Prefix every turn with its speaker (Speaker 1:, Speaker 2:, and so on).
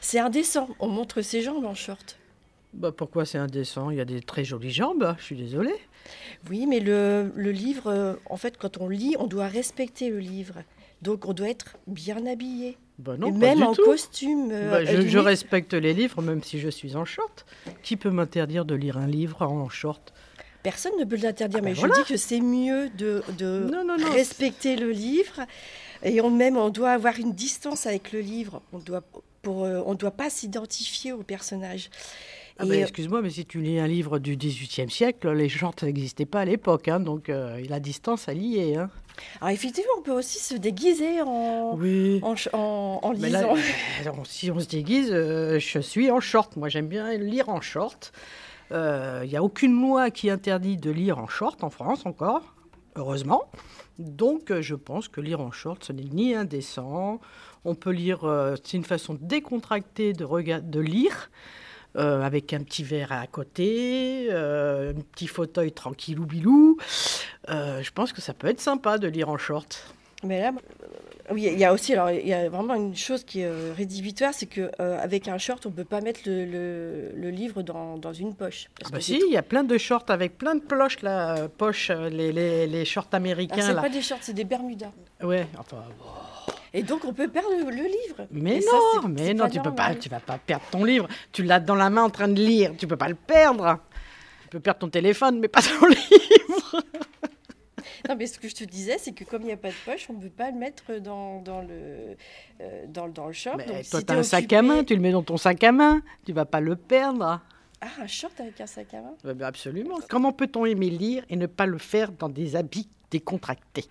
Speaker 1: C'est indécent. On montre ses jambes en short.
Speaker 2: Bah pourquoi c'est indécent Il y a des très jolies jambes, hein, je suis désolée.
Speaker 1: Oui, mais le, le livre, euh, en fait, quand on lit, on doit respecter le livre. Donc on doit être bien habillé.
Speaker 2: Bah non,
Speaker 1: Et
Speaker 2: pas
Speaker 1: même
Speaker 2: du
Speaker 1: en
Speaker 2: tout.
Speaker 1: costume. euh,
Speaker 2: Bah, je,
Speaker 1: limite.
Speaker 2: je respecte les livres, même si je suis en short. Qui peut m'interdire de lire un livre en short
Speaker 1: Personne ne peut l'interdire,
Speaker 2: Ah ben
Speaker 1: mais
Speaker 2: voilà.
Speaker 1: je dis que c'est mieux de, de
Speaker 2: Non, non, Ah, non.
Speaker 1: respecter le livre. Et on, même, on doit avoir une distance avec le livre. On doit, pour, euh, on doit pas s'identifier au personnage.
Speaker 2: Ah
Speaker 1: Et, euh,
Speaker 2: bah, Excuse-moi, mais si tu lis un livre du XVIIIe siècle, les shorts n'existaient pas à l'époque, hein, donc euh, la distance à lier. Hein.
Speaker 1: euh, alors effectivement, on peut aussi se déguiser en,
Speaker 2: Oui.
Speaker 1: en, ch- en- en
Speaker 2: Mais là,
Speaker 1: lisant.
Speaker 2: on- si on se déguise, euh, je suis en short. Moi, j'aime bien lire en short. Euh, Il n'y a aucune loi qui interdit de lire en short en France encore, heureusement. Donc, euh, je pense que lire en short, ce n'est ni indécent. On peut lire, euh, c'est une façon décontractée de, rega- de lire. euh, avec un petit verre à côté, euh, un petit fauteuil tranquillou bilou. Euh, je pense que ça peut être sympa de lire en short.
Speaker 1: Mais là, euh, oui, il y a aussi, alors il y a vraiment une chose qui est euh, rédhibitoire, c'est que euh, avec un short, on peut pas mettre le, le- le livre dans, dans une poche.
Speaker 2: Ah
Speaker 1: Parce
Speaker 2: bah
Speaker 1: que
Speaker 2: si, il y a plein de shorts avec plein de poches, là, euh, poches, euh, les, les, les shorts
Speaker 1: c'est- alors,
Speaker 2: américains,
Speaker 1: Ah, c'est
Speaker 2: là.
Speaker 1: pas des shorts, c'est des Bermudas.
Speaker 2: Ouais, enfin, bon.
Speaker 1: Et donc on peut perdre le, le livre.
Speaker 2: mais
Speaker 1: Et ça,
Speaker 2: non,
Speaker 1: c'est-
Speaker 2: mais
Speaker 1: c'est
Speaker 2: non, tu peux pas,
Speaker 1: normal.
Speaker 2: tu vas pas perdre ton livre. Tu l'as dans la main en train de lire, tu peux pas le perdre. Tu peux perdre ton téléphone, mais pas ton livre.
Speaker 1: Non, mais ce que je te disais, c'est que comme il n'y a pas de poche, on ne peut pas le mettre dans, dans le, euh, dans, le- dans le short.
Speaker 2: Mais
Speaker 1: Donc,
Speaker 2: toi,
Speaker 1: si t'es
Speaker 2: t'as un sac à
Speaker 1: occupé-
Speaker 2: main, tu le mets dans ton sac à main, tu vas pas le perdre.
Speaker 1: Ah, un short avec un sac à main
Speaker 2: absolument. Comment peut-on aimer lire et ne pas le faire dans des habits décontractés